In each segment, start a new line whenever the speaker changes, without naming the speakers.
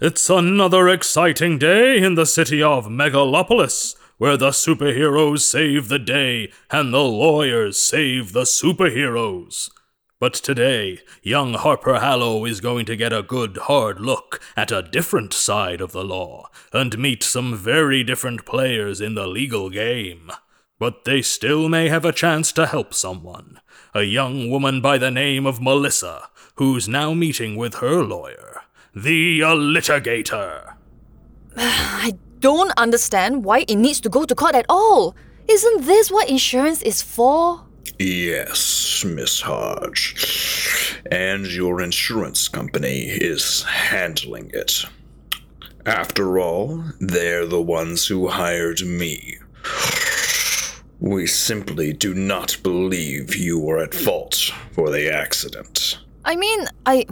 It's another exciting day in the city of Megalopolis, where the superheroes save the day and the lawyers save the superheroes. But today, young Harper Hallow is going to get a good hard look at a different side of the law and meet some very different players in the legal game. But they still may have a chance to help someone. A young woman by the name of Melissa, who's now meeting with her lawyer the litigator.
I don't understand why it needs to go to court at all. Isn't this what insurance is for?
Yes, Miss Hodge. And your insurance company is handling it. After all, they're the ones who hired me. We simply do not believe you were at fault for the accident.
I mean, I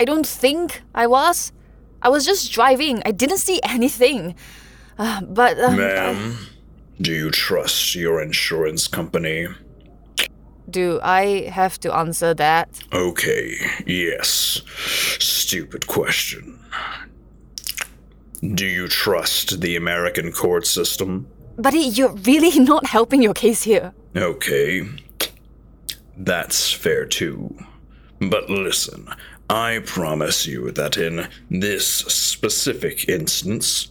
I don't think I was. I was just driving. I didn't see anything. Uh, but um,
Ma'am, do you trust your insurance company?
do I have to answer that?
Okay, yes. Stupid question. Do you trust the American court system?
Buddy, you're really not helping your case here.
Okay. That's fair too. But listen, I promise you that in this specific instance,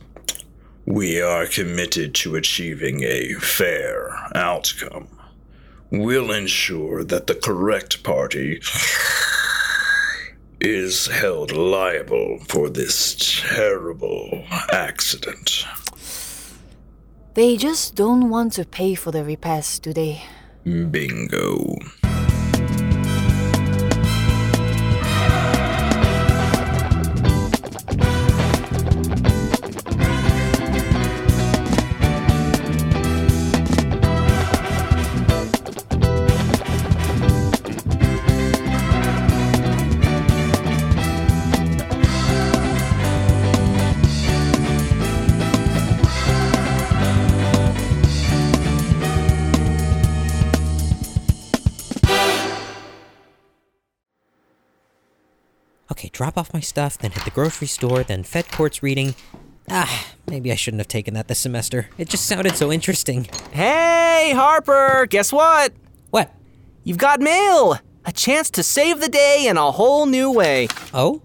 we are committed to achieving a fair outcome. We'll ensure that the correct party is held liable for this terrible accident.
They just don't want to pay for the repairs, do they?
Bingo.
Okay, drop off my stuff, then hit the grocery store, then Fed Court's reading. Ah, maybe I shouldn't have taken that this semester. It just sounded so interesting.
Hey, Harper, guess what?
What?
You've got mail! A chance to save the day in a whole new way.
Oh?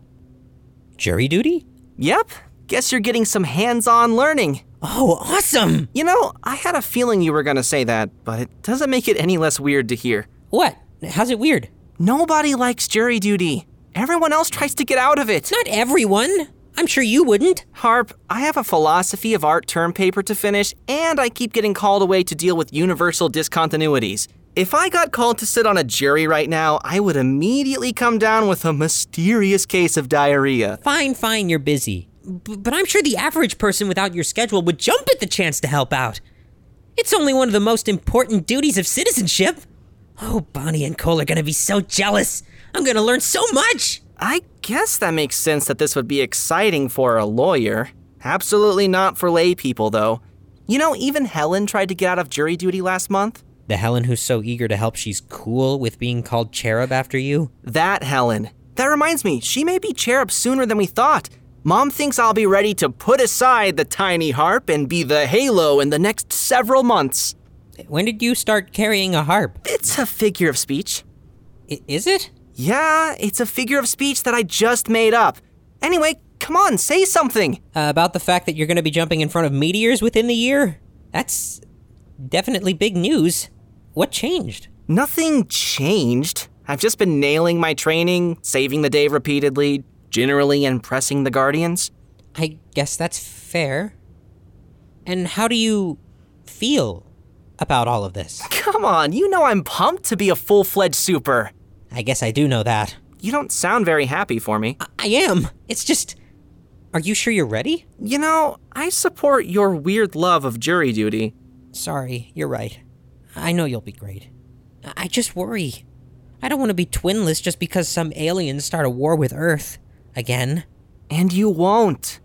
Jury duty?
Yep, guess you're getting some hands on learning.
Oh, awesome!
You know, I had a feeling you were gonna say that, but it doesn't make it any less weird to hear.
What? How's it weird?
Nobody likes jury duty. Everyone else tries to get out of it.
Not everyone! I'm sure you wouldn't.
Harp, I have a philosophy of art term paper to finish, and I keep getting called away to deal with universal discontinuities. If I got called to sit on a jury right now, I would immediately come down with a mysterious case of diarrhea.
Fine, fine, you're busy. B- but I'm sure the average person without your schedule would jump at the chance to help out. It's only one of the most important duties of citizenship. Oh, Bonnie and Cole are gonna be so jealous. I'm gonna learn so much!
I guess that makes sense that this would be exciting for a lawyer. Absolutely not for lay people, though. You know, even Helen tried to get out of jury duty last month.
The Helen who's so eager to help she's cool with being called cherub after you?
That Helen. That reminds me, she may be cherub sooner than we thought. Mom thinks I'll be ready to put aside the tiny harp and be the halo in the next several months.
When did you start carrying a harp?
It's a figure of speech.
I- is it?
Yeah, it's a figure of speech that I just made up. Anyway, come on, say something.
Uh, about the fact that you're going to be jumping in front of meteors within the year? That's definitely big news. What changed?
Nothing changed. I've just been nailing my training, saving the day repeatedly, generally impressing the Guardians.
I guess that's fair. And how do you feel about all of this?
Come on, you know I'm pumped to be a full fledged super.
I guess I do know that.
You don't sound very happy for me.
I, I am. It's just. Are you sure you're ready?
You know, I support your weird love of jury duty.
Sorry, you're right. I know you'll be great. I I just worry. I don't want to be twinless just because some aliens start a war with Earth. Again.
And you won't.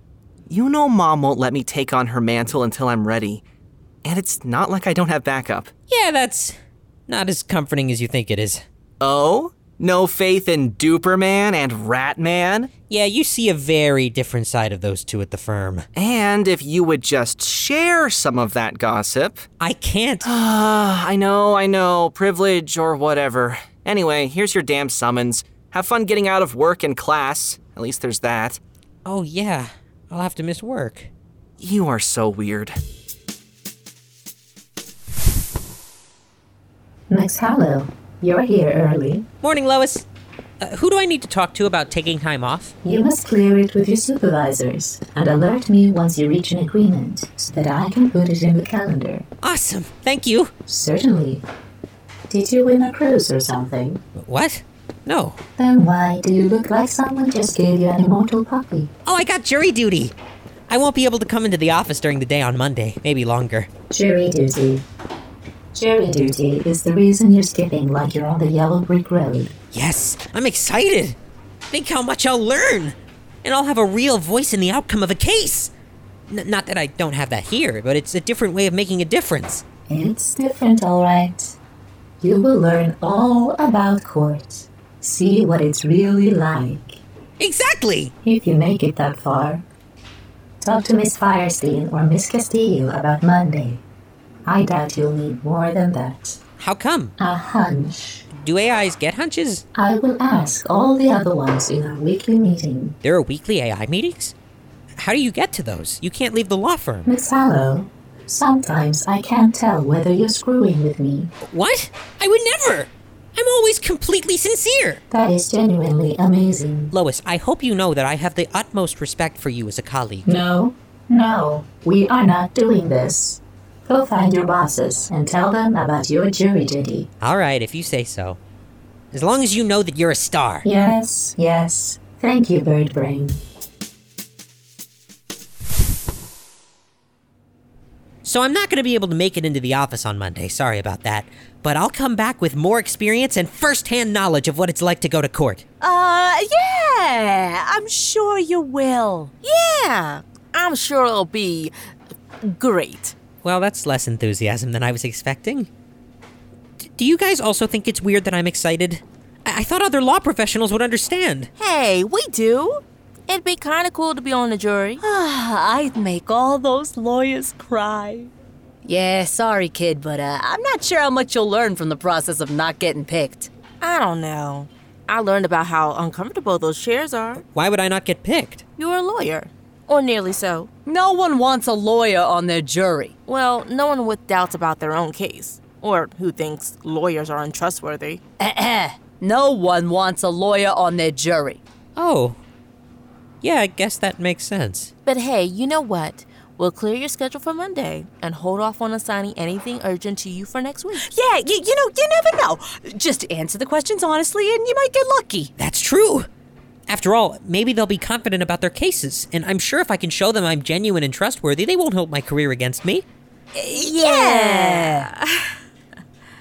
You know, Mom won't let me take on her mantle until I'm ready. And it's not like I don't have backup.
Yeah, that's not as comforting as you think it is.
Oh? No faith in Duperman and Ratman.
Yeah, you see a very different side of those two at the firm.
And if you would just share some of that gossip. Ah,
I can't.
I know, I know, privilege or whatever. Anyway, here's your damn summons. Have fun getting out of work and class. At least there's that.
Oh, yeah. I'll have to miss work.
You are so weird.
Max Hallow, you're here early.
Morning, Lois. Uh, who do I need to talk to about taking time off?
You must clear it with your supervisors and alert me once you reach an agreement so that I can put it in the calendar.
Awesome. Thank you.
Certainly. Did you win a cruise or something?
What? No.
Then why do you look like someone just gave you an immortal puppy?
Oh, I got jury duty. I won't be able to come into the office during the day on Monday, maybe longer.
Jury duty. Jury duty is the reason you're skipping like you're on the yellow brick road.
Yes, I'm excited. Think how much I'll learn. And I'll have a real voice in the outcome of a case. N- not that I don't have that here, but it's a different way of making a difference.
It's different, all right. You will learn all about court. See what it's really like.
Exactly!
If you make it that far, talk to Miss Firestein or Miss Castillo about Monday. I doubt you'll need more than that.
How come?
A hunch.
Do AIs get hunches?
I will ask all the other ones in our weekly meeting.
There are weekly AI meetings? How do you get to those? You can't leave the law firm.
Miss Hallow, sometimes I can't tell whether you're screwing with me.
What? I would never! I'm always completely sincere!
That is genuinely amazing.
Lois, I hope you know that I have the utmost respect for you as a colleague.
No, no, we are not doing this. Go find your bosses and tell them about your jury duty.
All right, if you say so. As long as you know that you're a star.
Yes, yes. Thank you, Bird Brain.
So I'm not going to be able to make it into the office on Monday. Sorry about that. But I'll come back with more experience and firsthand knowledge of what it's like to go to court.
Uh, yeah, I'm sure you will. Yeah, I'm sure it'll be great.
Well, that's less enthusiasm than I was expecting. D- do you guys also think it's weird that I'm excited? I, I thought other law professionals would understand.
Hey, we do. It'd be kind of cool to be on the jury.
I'd make all those lawyers cry. Yeah, sorry, kid, but uh, I'm not sure how much you'll learn from the process of not getting picked.
I don't know. I learned about how uncomfortable those chairs are.
Why would I not get picked?
You're a lawyer, or nearly so.
No one wants a lawyer on their jury.
Well, no one with doubts about their own case, or who thinks lawyers are untrustworthy.
No one wants a lawyer on their jury.
Oh. Yeah, I guess that makes sense.
But hey, you know what? We'll clear your schedule for Monday and hold off on assigning anything urgent to you for next week.
Yeah, you, you know, you never know. Just answer the questions honestly, and you might get lucky.
That's true! After all, maybe they'll be confident about their cases, and I'm sure if I can show them I'm genuine and trustworthy, they won't hold my career against me.
Yeah.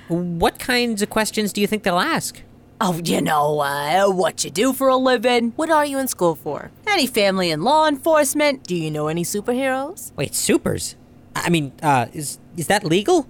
What kinds of questions do you think they'll ask?
Oh, you know, uh, what you do for a living,
What are you in school for?
any family in law enforcement.
Do you know any superheroes?
Wait, supers? I mean, uh, is is that legal?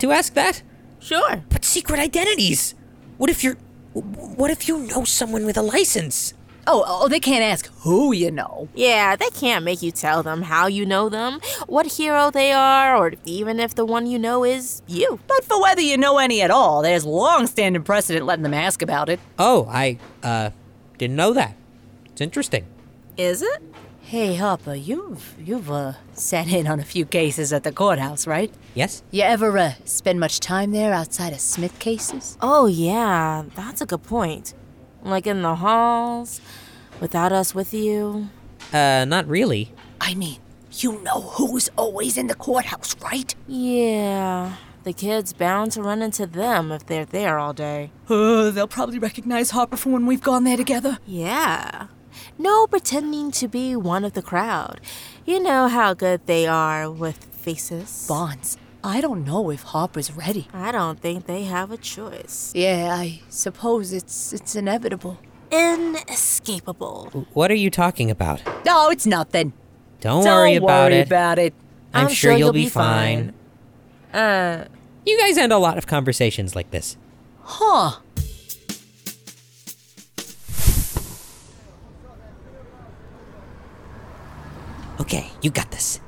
To ask that?
Sure.
But secret identities. What if you're? What if you know someone with a license?
Oh, oh, they can't ask who you know.
Yeah, they can't make you tell them how you know them, what hero they are, or even if the one you know is you.
But for whether you know any at all, there's long-standing precedent letting them ask about it.
Oh, I uh didn't know that. It's interesting.
Is it?
Hey, Harper, you've you've uh, sat in on a few cases at the courthouse, right?
Yes.
You ever uh, spend much time there outside of Smith cases?
Oh, yeah, that's a good point. Like in the halls, without us with you.
Uh, not really.
I mean, you know who's always in the courthouse, right?
Yeah, the kid's bound to run into them if they're there all day.
Uh, they'll probably recognize Harper from when we've gone there together.
Yeah. No pretending to be one of the crowd. You know how good they are with faces.
Bonds, I don't know if Harper's ready.
I don't think they have a choice.
Yeah, I suppose it's it's inevitable.
Inescapable.
What are you talking about?
No, it's nothing. Don't
Don't, worry about it.
about it.
I'm, sure, you'll, be, fine.
Uh,
You guys end a lot of conversations like this.
Huh.
Okay, you got this.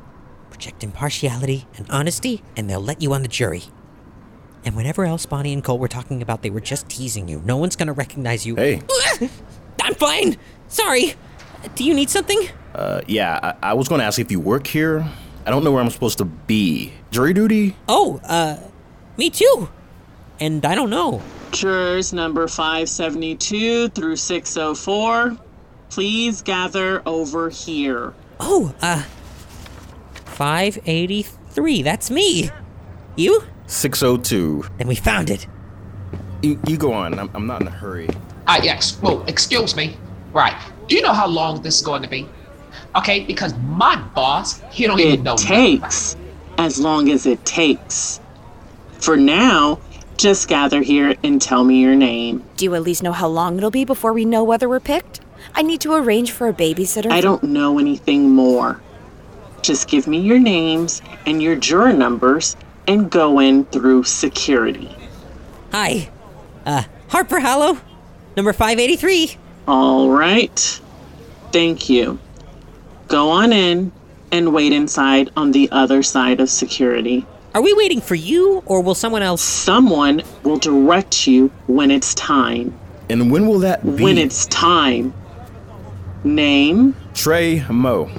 Project impartiality and honesty, and they'll let you on the jury. And whatever else Bonnie and Cole were talking about, they were just teasing you. No one's gonna recognize you.
Hey.
I'm fine! Sorry! Do you need something?
Uh, yeah, I, I was going to ask if you work here. I don't know where I'm supposed to be. Jury duty?
Oh, uh, me too! And I don't know.
Jurors number 572 through 604, please gather over here.
Oh, uh, 583, that's me! You?
602.
And we found it.
You, you go on. I'm, I'm not in a hurry.
Ah, yes. Well, excuse me. Right. Do you know how long this is going to be? Okay, because my boss, he don't even know.
It takes as long as it takes. For now, just gather here and tell me your name.
Do you at least know how long it'll be before we know whether we're picked? I need to arrange for a babysitter.
I don't know anything more. Just give me your names and your juror numbers and go in through security.
Hi. Uh, Harper Hollow, number 583.
All right. Thank you. Go on in and wait inside on the other side of security.
Are we waiting for you or will someone else?
Someone will direct you when it's time.
And when will that be?
When it's time. Name?
Trey Mo.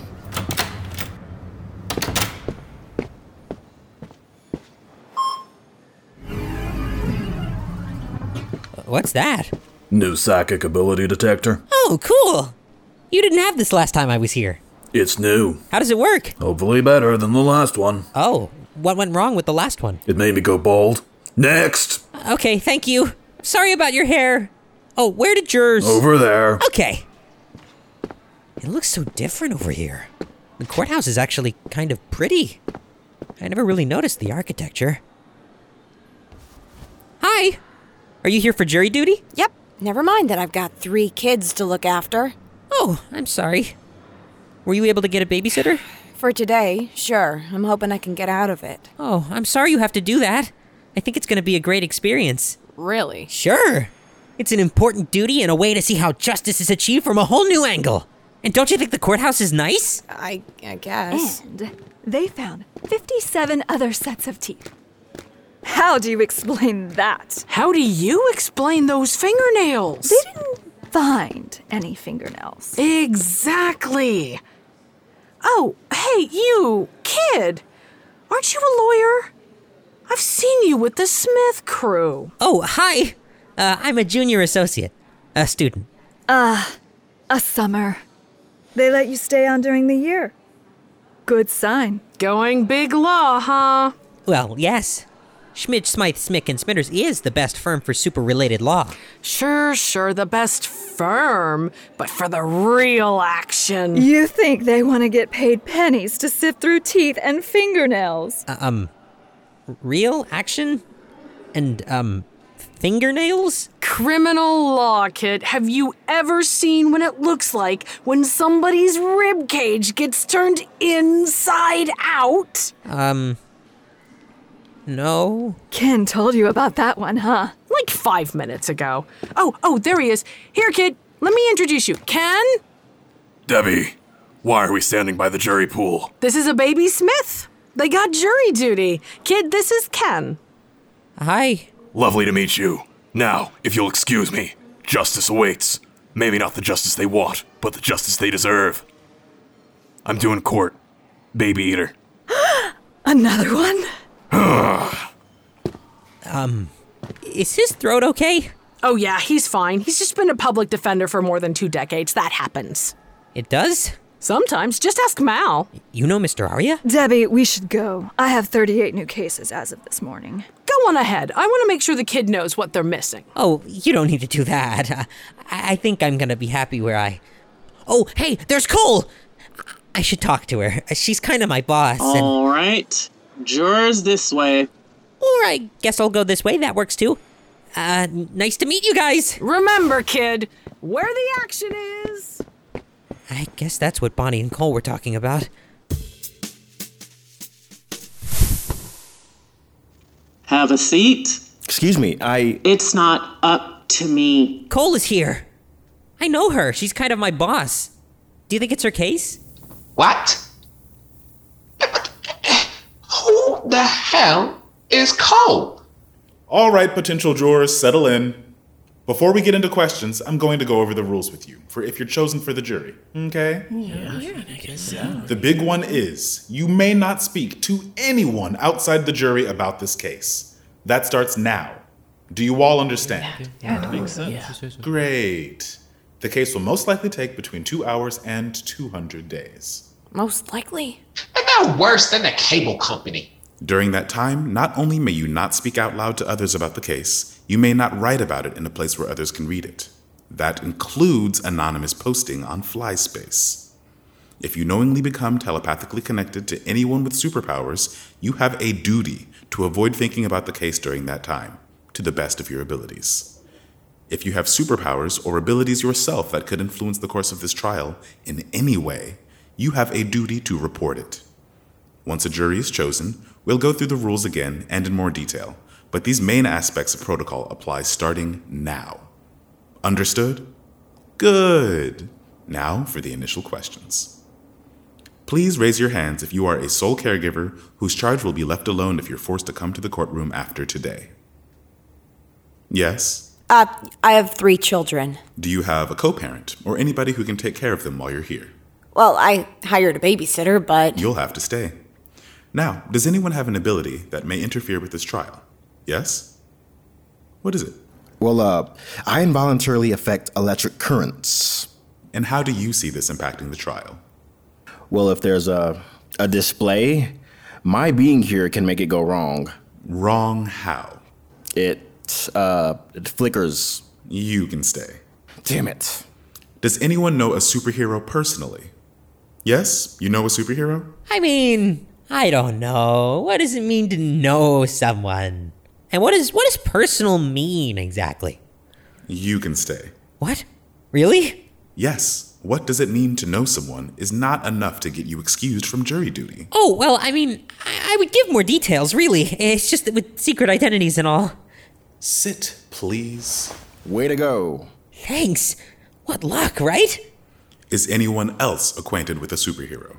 What's that?
New psychic ability detector.
Oh, cool! You didn't have this last time I was here.
It's new.
How does it work?
Hopefully better than the last one.
Oh, what went wrong with the last one?
It made me go bald. Next!
Okay, thank you. Sorry about your hair. Oh, where did yours?
Over there.
Okay. It looks so different over here. The courthouse is actually kind of pretty. I never really noticed the architecture. Hi! Are you here for jury duty?
Yep, never mind that I've got three kids to look after.
Oh, I'm sorry. Were you able to get a babysitter?
For today, sure. I'm hoping I can get out of it.
Oh, I'm sorry you have to do that. I think it's going to be a great experience.
Really?
Sure! It's an important duty and a way to see how justice is achieved from a whole new angle. And don't you think the courthouse is nice?
I, I guess.
And they found 57 other sets of teeth. How do you explain that?
How do you explain those fingernails? They
didn't find any fingernails.
Exactly. Oh, hey, you, kid. Aren't you a lawyer? I've seen you with the Smith crew.
Oh, hi! Uh, I'm a junior associate, a student.
Ah, a summer. They let you stay on during the year. Good sign.
Going big law, huh?
Well, yes. Schmidt, Smythe, Smick, and Spinners is the best firm for super related law.
Sure, sure, the best firm, but for the real action.
You think they want to get paid pennies to sift through teeth and fingernails.
Uh, um, r- real action? And, um, fingernails?
Criminal law, kid. Have you ever seen what it looks like when somebody's rib cage gets turned inside out?
Um, no.
Ken told you about that one, huh?
Like five minutes ago. Oh, oh, there he is. Here, kid. Let me introduce you. Ken?
Debbie, why are we standing by the jury pool?
This is a baby Smith. They got jury duty. Kid, this is Ken.
Hi.
Lovely to meet you. Now, if you'll excuse me, justice awaits. Maybe not the justice they want, but the justice they deserve. I'm doing court. Baby eater.
Another one?
Um, is his throat okay?
Oh, yeah, he's fine. He's just been a public defender for more than two decades. That happens.
It does?
Sometimes. Just ask Mal.
You know Mr. Arya?
Debbie, we should go. I have 38 new cases as of this morning.
Go on ahead. I want to make sure the kid knows what they're missing.
Oh, you don't need to do that. Uh, I I think I'm gonna be happy where I. Oh, hey, there's Cole! I should talk to her. She's kind of my boss.
Oh.
and-
All right. Jurors this way.
Or I guess I'll go this way. That works too. Uh, nice to meet you guys.
Remember, kid, where the action is.
I guess that's what Bonnie and Cole were talking about.
Have a seat.
Excuse me, I.
It's not up to me.
Cole is here. I know her. She's kind of my boss. Do you think it's her case?
What? the hell is Cole?
All right, potential jurors, settle in. Before we get into questions, I'm going to go over the rules with you for if you're chosen for the jury. Okay?
Yeah, I guess so.
The big one is you may not speak to anyone outside the jury about this case. That starts now. Do you all understand?
That makes sense.
Great. The case will most likely take between two hours and 200 days.
Most likely. And they're worse than the cable company.
During that time, not only may you not speak out loud to others about the case, you may not write about it in a place where others can read it. That includes anonymous posting on FlySpace. If you knowingly become telepathically connected to anyone with superpowers, you have a duty to avoid thinking about the case during that time, to the best of your abilities. If you have superpowers or abilities yourself that could influence the course of this trial in any way, you have a duty to report it. Once a jury is chosen, we'll go through the rules again and in more detail, but these main aspects of protocol apply starting now. Understood? Good. Now for the initial questions. Please raise your hands if you are a sole caregiver whose charge will be left alone if you're forced to come to the courtroom after today. Yes?
Uh, I have three children.
Do you have a co parent or anybody who can take care of them while you're here?
Well, I hired a babysitter, but
You'll have to stay. Now, does anyone have an ability that may interfere with this trial? Yes? What is it?
Well, uh, I involuntarily affect electric currents.
And how do you see this impacting the trial?
Well, if there's a, a display, my being here can make it go wrong.
Wrong how?
It, uh, it flickers.
You can stay.
Damn it.
Does anyone know a superhero personally? Yes? You know a superhero?
I mean, I don't know. What does it mean to know someone? And what is what does personal mean exactly?
You can stay.
What? Really?
Yes. What does it mean to know someone is not enough to get you excused from jury duty.
Oh, well, I mean, I, I would give more details, really. It's just that with secret identities and all.
Sit, please.
Way to go.
Thanks. What luck, right?
Is anyone else acquainted with a superhero?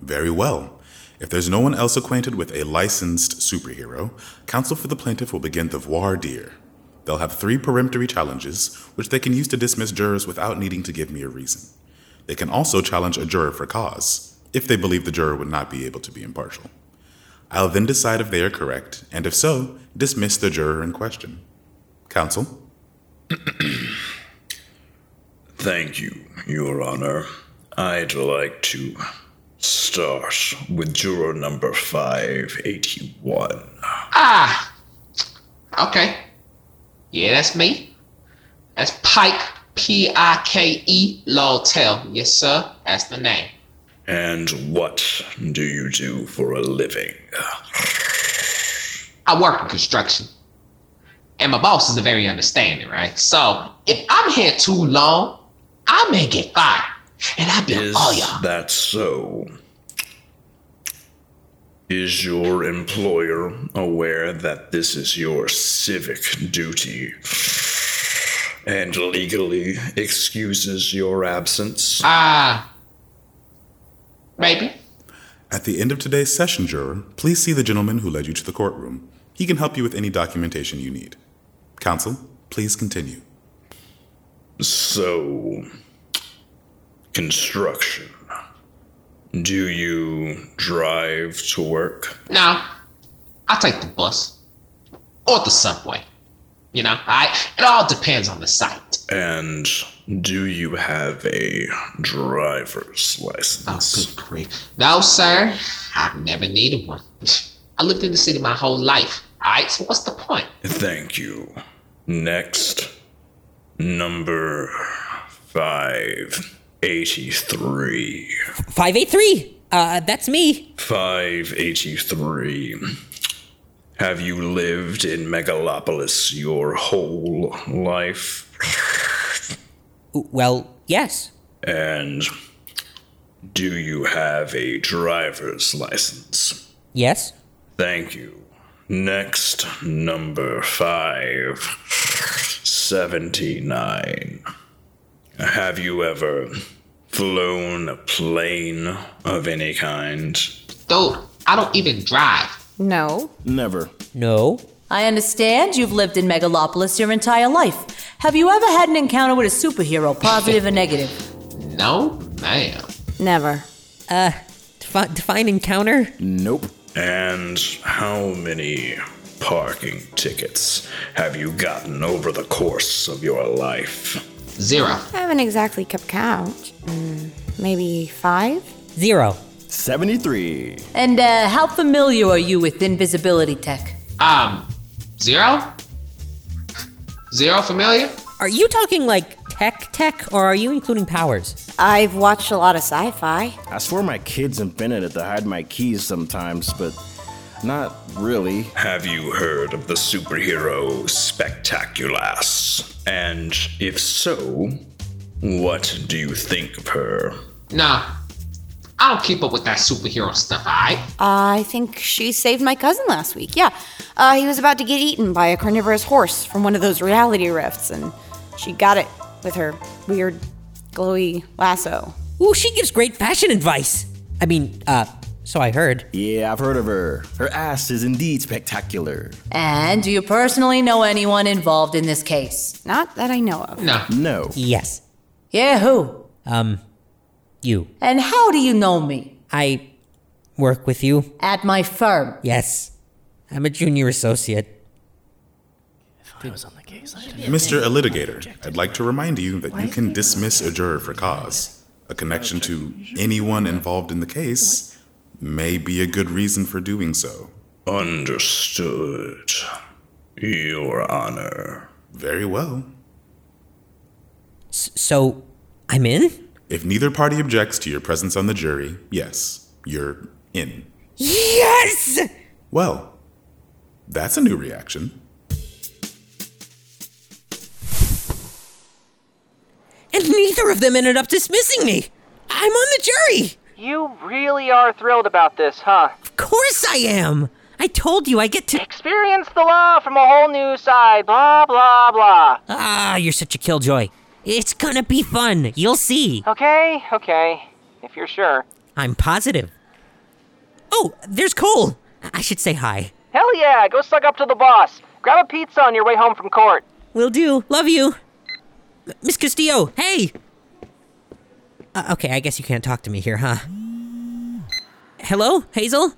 Very well. If there's no one else acquainted with a licensed superhero, counsel for the plaintiff will begin the voir dire. They'll have three peremptory challenges, which they can use to dismiss jurors without needing to give me a reason. They can also challenge a juror for cause, if they believe the juror would not be able to be impartial. I'll then decide if they are correct, and if so, dismiss the juror in question. Counsel?
Thank you, Your Honor. I'd like to start with juror number 581.
Ah, okay. Yeah, that's me. That's Pike, P I K E Lawtell. Yes, sir. That's the name.
And what do you do for a living?
I work in construction. And my boss is a very understanding, right? So if I'm here too long, I may get fired. And I bill
Is
all y'all.
that so? Is your employer aware that this is your civic duty and legally excuses your absence?
Ah. Maybe.
At the end of today's session, juror, please see the gentleman who led you to the courtroom. He can help you with any documentation you need. Counsel, please continue.
So, construction. Do you drive to work?
No. I take the bus. Or the subway. You know, I it all depends on the site.
And do you have a driver's license?
Oh, good grief. No, sir. I've never needed one. I lived in the city my whole life. Alright, so what's the point?
Thank you. Next, number 583.
583! Uh, that's me.
583. Have you lived in Megalopolis your whole life?
Well, yes.
And do you have a driver's license?
Yes?
Thank you. Next, number five seventy-nine. Have you ever flown a plane of any kind?
Dude, I don't even drive.
No.
Never.
No.
I understand you've lived in Megalopolis your entire life. Have you ever had an encounter with a superhero, positive or negative?
No, ma'am.
Never.
Uh, defi- define encounter?
Nope.
And how many parking tickets have you gotten over the course of your life?
Zero.
I haven't exactly kept count. Mm,
Hmm.
maybe five?
Zero.
73.
And uh, how familiar are you with invisibility tech?
Um, zero? Zero familiar?
Are you talking like tech tech, or are you including powers?
I've watched a lot of sci fi.
I swear my kids invented it to hide my keys sometimes, but not really.
Have you heard of the superhero Spectaculas? And if so, what do you think of her?
Nah. I don't keep up with that superhero stuff, alright?
I think she saved my cousin last week. Yeah. Uh, he was about to get eaten by a carnivorous horse from one of those reality rifts, and she got it with her weird, glowy lasso.
Ooh, she gives great fashion advice. I mean, uh, so I heard.
Yeah, I've heard of her. Her ass is indeed spectacular.
And do you personally know anyone involved in this case?
Not that I know of.
No.
Yes.
Yeah, who?
Um, you.
And how do you know me?
I work with you.
At my firm.
Yes. I'm a junior associate.
Mr. Allitigator, I'd like to remind you that you can dismiss a juror for cause. A connection to anyone involved in the case may be a good reason for doing so.
Understood, Your Honor.
Very well.
So, I'm in?
If neither party objects to your presence on the jury, yes, you're in.
Yes!
Well, that's a new reaction.
And neither of them ended up dismissing me. I'm on the jury.
You really are thrilled about this, huh?
Of course I am. I told you I get to.
Experience the law from a whole new side, blah, blah, blah.
Ah, you're such a killjoy. It's gonna be fun. You'll see.
Okay, okay, if you're sure.
I'm positive. Oh, there's Cole. I should say hi.
Hell yeah, go suck up to the boss. Grab a pizza on your way home from court.
Will do. Love you. M- Miss Castillo, hey! Uh, okay, I guess you can't talk to me here, huh? Hello, Hazel? Do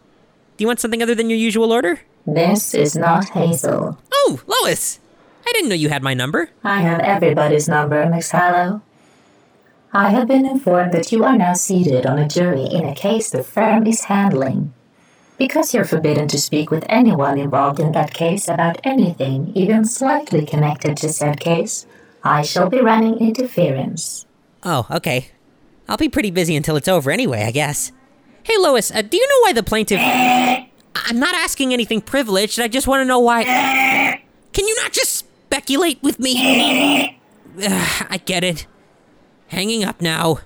you want something other than your usual order?
This is not Hazel.
Oh, Lois! I didn't know you had my number.
I have everybody's number, Miss Hallow. I have been informed that you are now seated on a jury in a case the firm is handling. Because you're forbidden to speak with anyone involved in that case about anything even slightly connected to said case, I shall be running interference.
Oh, okay. I'll be pretty busy until it's over anyway, I guess. Hey, Lois, uh, do you know why the plaintiff. I- I'm not asking anything privileged, I just want to know why. Can you not just speculate with me? Ugh, I get it. Hanging up now.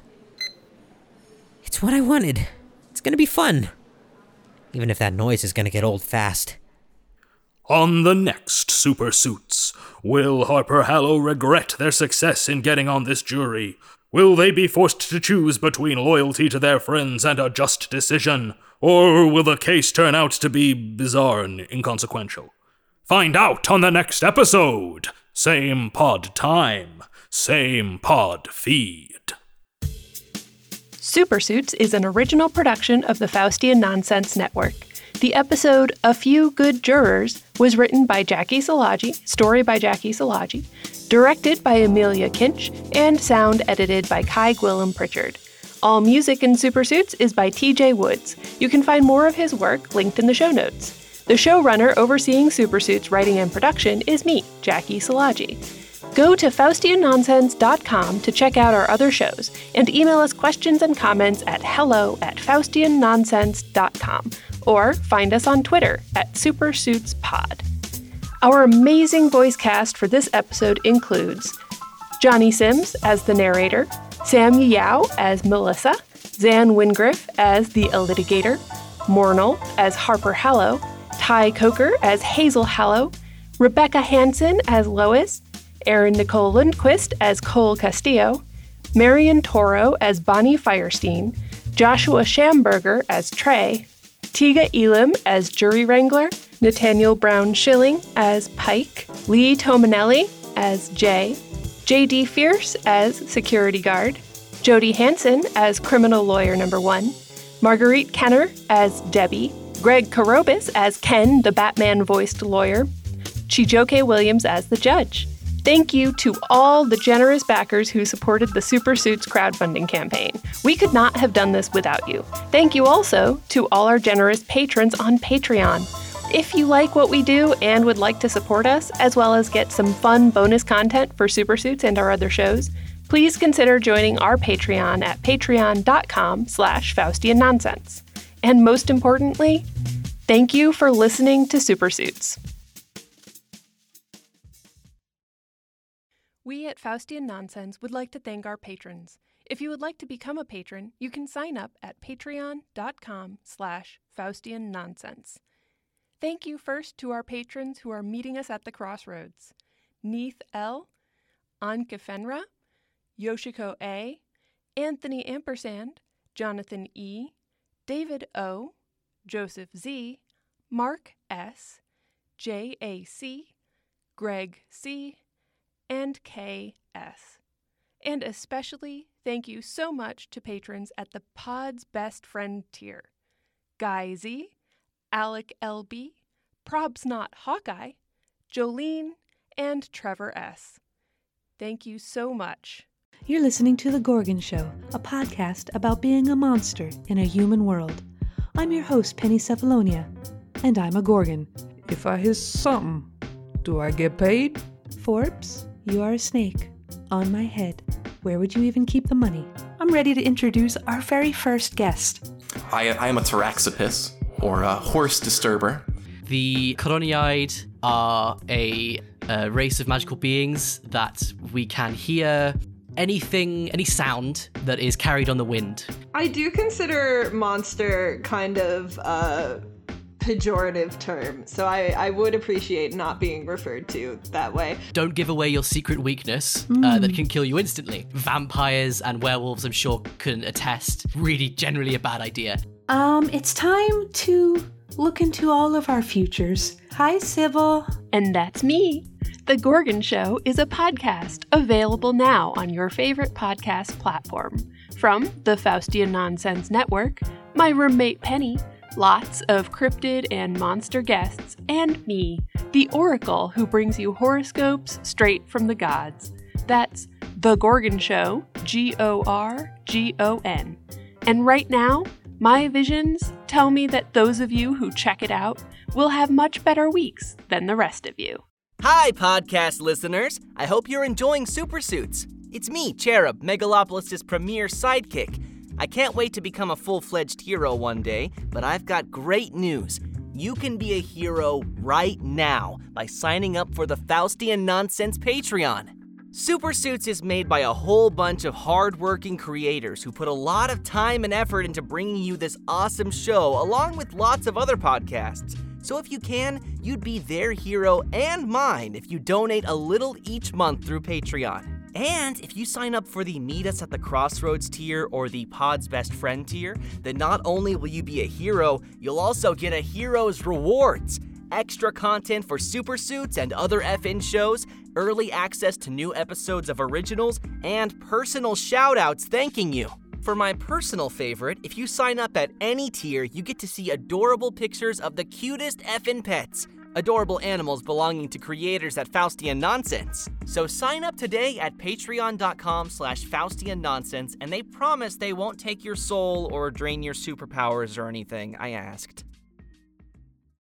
It's what I wanted. It's gonna be fun. Even if that noise is gonna get old fast.
On the next Super Suits, will Harper Hallow regret their success in getting on this jury? Will they be forced to choose between loyalty to their friends and a just decision? Or will the case turn out to be bizarre and inconsequential? Find out on the next episode! Same pod time, same pod feed.
Supersuits is an original production of the Faustian Nonsense Network. The episode A Few Good Jurors was written by Jackie Salaji, story by Jackie Salaji, directed by Amelia Kinch, and sound edited by Kai Gwillem Pritchard. All music in Supersuits is by TJ Woods. You can find more of his work linked in the show notes. The showrunner overseeing Supersuits writing and production is me, Jackie Salaji. Go to FaustianNonsense.com to check out our other shows and email us questions and comments at hello at FaustianNonsense.com or find us on Twitter at SuperSuitsPod. Our amazing voice cast for this episode includes Johnny Sims as the narrator, Sam Yao as Melissa, Zan Wingriff as the Illitigator, Mornell as Harper Hallow, Ty Coker as Hazel Hallow, Rebecca Hansen as Lois, Aaron Nicole Lundquist as Cole Castillo, Marion Toro as Bonnie Firestein, Joshua Schamberger as Trey, Tiga Elam as jury wrangler, Nathaniel Brown Schilling as Pike, Lee Tominelli as Jay, J.D. Fierce as security guard, Jody Hanson as criminal lawyer number one, Marguerite Kenner as Debbie, Greg Karobis as Ken, the Batman voiced lawyer, Chijoke Williams as the judge. Thank you to all the generous backers who supported the Super Suits crowdfunding campaign. We could not have done this without you. Thank you also to all our generous patrons on Patreon. If you like what we do and would like to support us, as well as get some fun bonus content for Super Suits and our other shows, please consider joining our Patreon at patreon.com slash Faustian Nonsense. And most importantly, thank you for listening to Super Suits. We at Faustian Nonsense would like to thank our patrons. If you would like to become a patron, you can sign up at patreon.com slash Faustian Nonsense. Thank you first to our patrons who are meeting us at the crossroads. Neith L., Anke Fenra, Yoshiko A., Anthony Ampersand, Jonathan E., David O., Joseph Z., Mark S., J.A.C., Greg C., and K.S. And especially thank you so much to patrons at the Pod's Best Friend tier Guy Z, Alec L.B., Probs Not Hawkeye, Jolene, and Trevor S. Thank you so much.
You're listening to The Gorgon Show, a podcast about being a monster in a human world. I'm your host, Penny Cephalonia, and I'm a Gorgon. If I hiss something, do I get paid? Forbes, you are a snake. On my head. Where would you even keep the money? I'm ready to introduce our very first guest.
I, I am a Taraxopus, or a horse disturber.
The Coroniaid are a, uh race of magical beings that we can hear anything, any sound that is carried on the wind.
I do consider monster kind of a pejorative term, so I, I would appreciate not being referred to that way.
Don't give away your secret weakness uh,
Mm.
that can kill you instantly. Vampires and werewolves, I'm sure, can attest. Really, generally a bad idea.
Um, it's time to look into all of our futures. Hi, Sybil.
And that's me. The Gorgon Show is a podcast available now on your favorite podcast platform. From the Faustian Nonsense Network, my roommate Penny, lots of cryptid and monster guests, and me, the Oracle who brings you horoscopes straight from the gods. That's The Gorgon Show, G O R G O N. And right now, my visions tell me that those of you who check it out will have much better weeks than the rest of you.
Hi, podcast listeners. I hope you're enjoying Supersuits. It's me, Cherub, Megalopolis's premier sidekick. I can't wait to become a full fledged hero one day, but I've got great news. You can be a hero right now by signing up for the Faustian Nonsense Patreon. Supersuits is made by a whole bunch of hardworking creators who put a lot of time and effort into bringing you this awesome show, along with lots of other podcasts. So if you can, you'd be their hero and mine if you donate a little each month through Patreon. And if you sign up for the Meet Us at the Crossroads tier or the Pod's Best Friend tier, then not only will you be a hero, you'll also get a hero's rewards. Extra content for supersuits and other FN shows, early access to new episodes of originals, and personal shoutouts thanking you. For my personal favorite, if you sign up at any tier, you get to see adorable pictures of the cutest effin' pets, adorable animals belonging to creators at Faustian Nonsense. So sign up today at patreon.com slash Faustian Nonsense, and they promise they won't take your soul or drain your superpowers or anything, I asked.